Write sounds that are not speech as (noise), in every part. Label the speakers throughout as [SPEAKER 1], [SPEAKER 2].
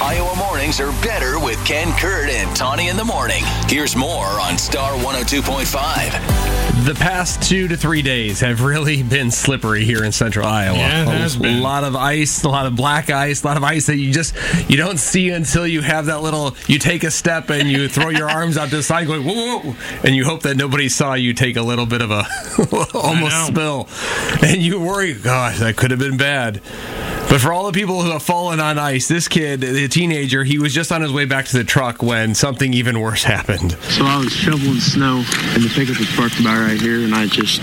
[SPEAKER 1] Iowa mornings are better with Ken Kurt and Tawny in the morning. Here's more on Star 102.5.
[SPEAKER 2] The past two to three days have really (laughs) been slippery here in central Iowa.
[SPEAKER 3] Yeah, it has
[SPEAKER 2] a
[SPEAKER 3] been.
[SPEAKER 2] lot of ice, a lot of black ice, a lot of ice that you just you don't see until you have that little you take a step and you throw
[SPEAKER 3] (laughs)
[SPEAKER 2] your arms out to the side going whoa, whoa," and you hope that nobody saw you take a little bit of a (laughs) almost spill. And you worry, gosh, that could have been bad. But for all the people who have fallen on ice, this kid, the teenager, he was just on his way back to the truck when something even worse happened.
[SPEAKER 4] So I was shoveling snow, and the pickup was parked about right here, and I just,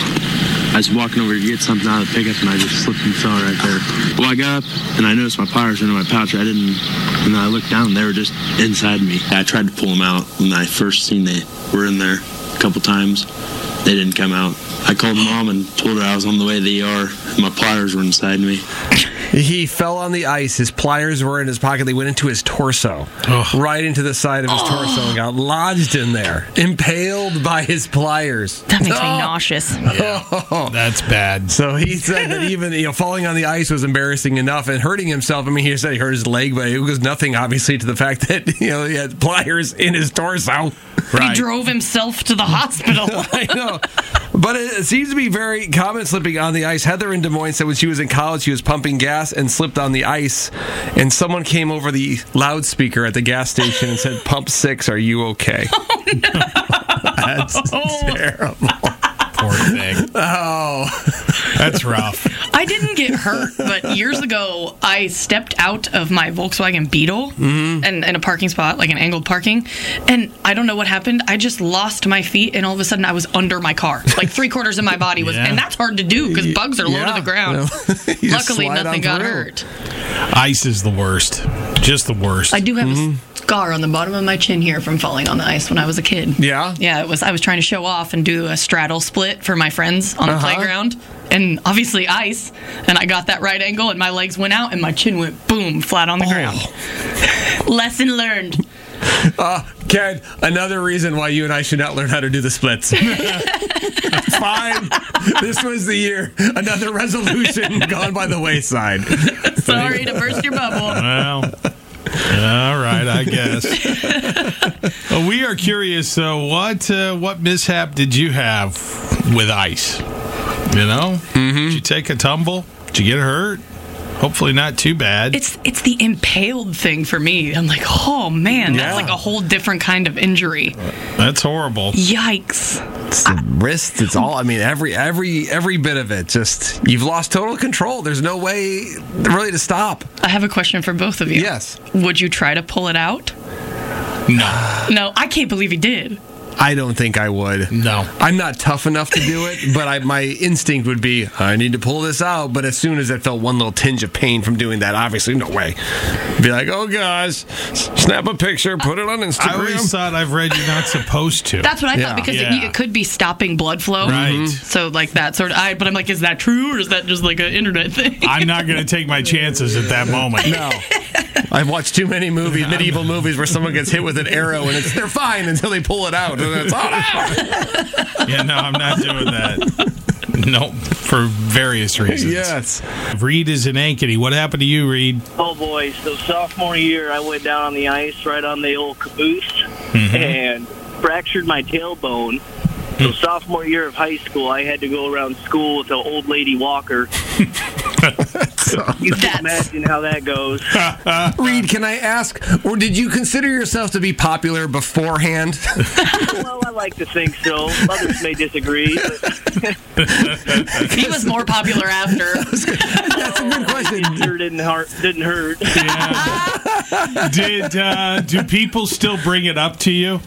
[SPEAKER 4] I was walking over to get something out of the pickup, and I just slipped and fell right there. Well, I got up, and I noticed my powers were in my pouch. I didn't, and I looked down, and they were just inside me. I tried to pull them out when I first seen they were in there a couple times. They didn't come out. I called mom and told her I was on the way to the ER, and my pliers were inside me.
[SPEAKER 2] He fell on the ice. His pliers were in his pocket. They went into his torso, right into the side of his torso, and got lodged in there, impaled by his pliers. Ah!
[SPEAKER 5] That makes me nauseous.
[SPEAKER 3] (laughs) That's bad.
[SPEAKER 2] So he said that even you know falling on the ice was embarrassing enough, and hurting himself. I mean, he said he hurt his leg, but it was nothing obviously to the fact that (laughs) you know he had pliers in his torso.
[SPEAKER 5] He drove himself to
[SPEAKER 2] (laughs)
[SPEAKER 5] the hospital.
[SPEAKER 2] I know. But it it seems to be very common slipping on the ice. Heather in Des Moines said when she was in college, she was pumping gas and slipped on the ice, and someone came over the loudspeaker at the gas station and said, "Pump six, are you okay?" That's
[SPEAKER 5] Oh,
[SPEAKER 2] terrible.
[SPEAKER 3] Poor
[SPEAKER 5] (laughs)
[SPEAKER 3] thing.
[SPEAKER 2] Oh,
[SPEAKER 3] That's rough.
[SPEAKER 5] I didn't get hurt, but years ago I stepped out of my Volkswagen Beetle
[SPEAKER 2] Mm-hmm.
[SPEAKER 5] and in a parking spot, like an angled parking, and I don't know what happened. I just lost my feet, and all of a sudden I was under my car, like three quarters of my
[SPEAKER 2] (laughs)
[SPEAKER 5] body was,
[SPEAKER 3] Yeah.
[SPEAKER 5] and that's hard to do because bugs are low
[SPEAKER 2] Yeah.
[SPEAKER 5] to the ground.
[SPEAKER 2] (laughs) You just
[SPEAKER 5] Luckily,
[SPEAKER 2] slide on
[SPEAKER 5] nothing got
[SPEAKER 2] through.
[SPEAKER 5] hurt.
[SPEAKER 3] Ice is the worst. Just the worst.
[SPEAKER 5] I do have
[SPEAKER 2] Mm-hmm.
[SPEAKER 5] a scar on the bottom of my chin here from falling on the ice when I was a kid.
[SPEAKER 2] Yeah?
[SPEAKER 5] Yeah, it was I was trying to show off and do a straddle split for my friends on the
[SPEAKER 2] Uh-huh.
[SPEAKER 5] playground. And obviously ice, and I got that right angle, and my legs went out, and my chin went boom flat on the
[SPEAKER 2] Oh.
[SPEAKER 5] ground. Lesson
[SPEAKER 2] (laughs)
[SPEAKER 5] learned.
[SPEAKER 2] Uh, Ken, another reason why you and I should not learn how to do the splits. Fine. This was the year. Another resolution gone by the wayside.
[SPEAKER 5] Sorry to burst your bubble.
[SPEAKER 3] Well, all right, I guess.
[SPEAKER 5] (laughs)
[SPEAKER 3] Uh, we are curious. So, what uh, what mishap did you have with ice? You know,
[SPEAKER 5] Mm-hmm.
[SPEAKER 3] did you take a tumble? Did you get hurt? Hopefully, not too bad.
[SPEAKER 5] It's it's the impaled thing for me. I'm like, oh man, that's
[SPEAKER 2] Yeah.
[SPEAKER 5] like a whole different kind of injury.
[SPEAKER 3] That's horrible.
[SPEAKER 5] Yikes.
[SPEAKER 2] It's the wrist. It's all. I mean, every every every bit of it. Just you've lost total control. There's no way really to stop.
[SPEAKER 5] I have a question for both of you.
[SPEAKER 2] Yes.
[SPEAKER 5] Would you try to pull it out?
[SPEAKER 3] No,
[SPEAKER 5] No, I can't believe he did.
[SPEAKER 2] I don't think I would.
[SPEAKER 3] no.
[SPEAKER 2] I'm not tough enough to do it, but I, my instinct would be I need to pull this out. But as soon as I felt one little tinge of pain from doing that, obviously no way. Be like, oh gosh, snap a picture, put it on
[SPEAKER 3] I always
[SPEAKER 2] (laughs) Instagram.
[SPEAKER 3] thought I've read you're not supposed to.
[SPEAKER 5] (laughs) That's what I
[SPEAKER 2] Yeah.
[SPEAKER 5] thought because
[SPEAKER 3] Yeah.
[SPEAKER 5] it, it could be stopping blood flow.
[SPEAKER 3] Right. Mhm.
[SPEAKER 5] So like that sort of. I but I'm like, is that true or is that just like an internet thing?
[SPEAKER 3] I'm not going to take my chances at that moment.
[SPEAKER 2] No. I've watched too many movies, medieval movies, where someone gets hit with an arrow and it's, they're fine until they pull it out. And then it's, oh,
[SPEAKER 3] (laughs)
[SPEAKER 2] no!
[SPEAKER 3] Yeah, no, I'm not doing that. Nope, for various reasons.
[SPEAKER 2] Yes.
[SPEAKER 3] Reed is in Ankeny. What happened to you, Reed?
[SPEAKER 6] Oh boy! So sophomore year, I went down on the ice right on the old caboose and fractured my tailbone. So sophomore year of high school, I had to go around school with an old lady walker. you can
[SPEAKER 5] That's-
[SPEAKER 6] imagine how that goes.
[SPEAKER 2] Reed, can I ask, or did you consider yourself to be popular beforehand?
[SPEAKER 6] well, I like to think so. Others may disagree. But
[SPEAKER 5] (laughs)
[SPEAKER 3] (laughs)
[SPEAKER 5] he was more popular after.
[SPEAKER 2] That's a good question.
[SPEAKER 6] it sure didn't hurt. Didn't hurt.
[SPEAKER 3] Yeah. Did uh, do people still bring it up to you?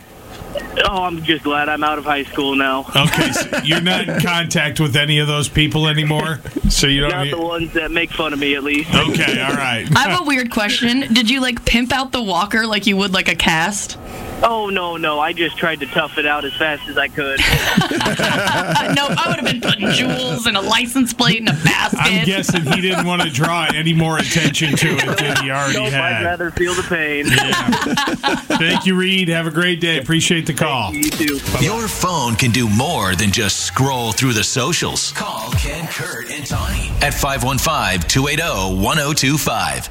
[SPEAKER 6] Oh, I'm just glad I'm out of high school now.
[SPEAKER 3] Okay, so you're not in contact with any of those people anymore, so you don't.
[SPEAKER 6] Not the ones that make fun of me, at least.
[SPEAKER 3] okay, all right.
[SPEAKER 5] I have a weird question. Did you like pimp out the walker like you would like a cast?
[SPEAKER 6] Oh no, no! I just tried to tough it out as fast as I could.
[SPEAKER 5] Uh, no, I would have been putting jewels and a license plate in a
[SPEAKER 3] (laughs)
[SPEAKER 5] basket.
[SPEAKER 3] I'm guessing he didn't want to draw any more attention to it than he already
[SPEAKER 6] Nope, I'd
[SPEAKER 3] had.
[SPEAKER 6] rather feel the pain.
[SPEAKER 3] Thank you, Reed. Have a great day. Appreciate the call.
[SPEAKER 6] You too.
[SPEAKER 1] Your phone can do more than just scroll through the oh, socials. Call Ken Kurt and Tawny at 515 280 1025.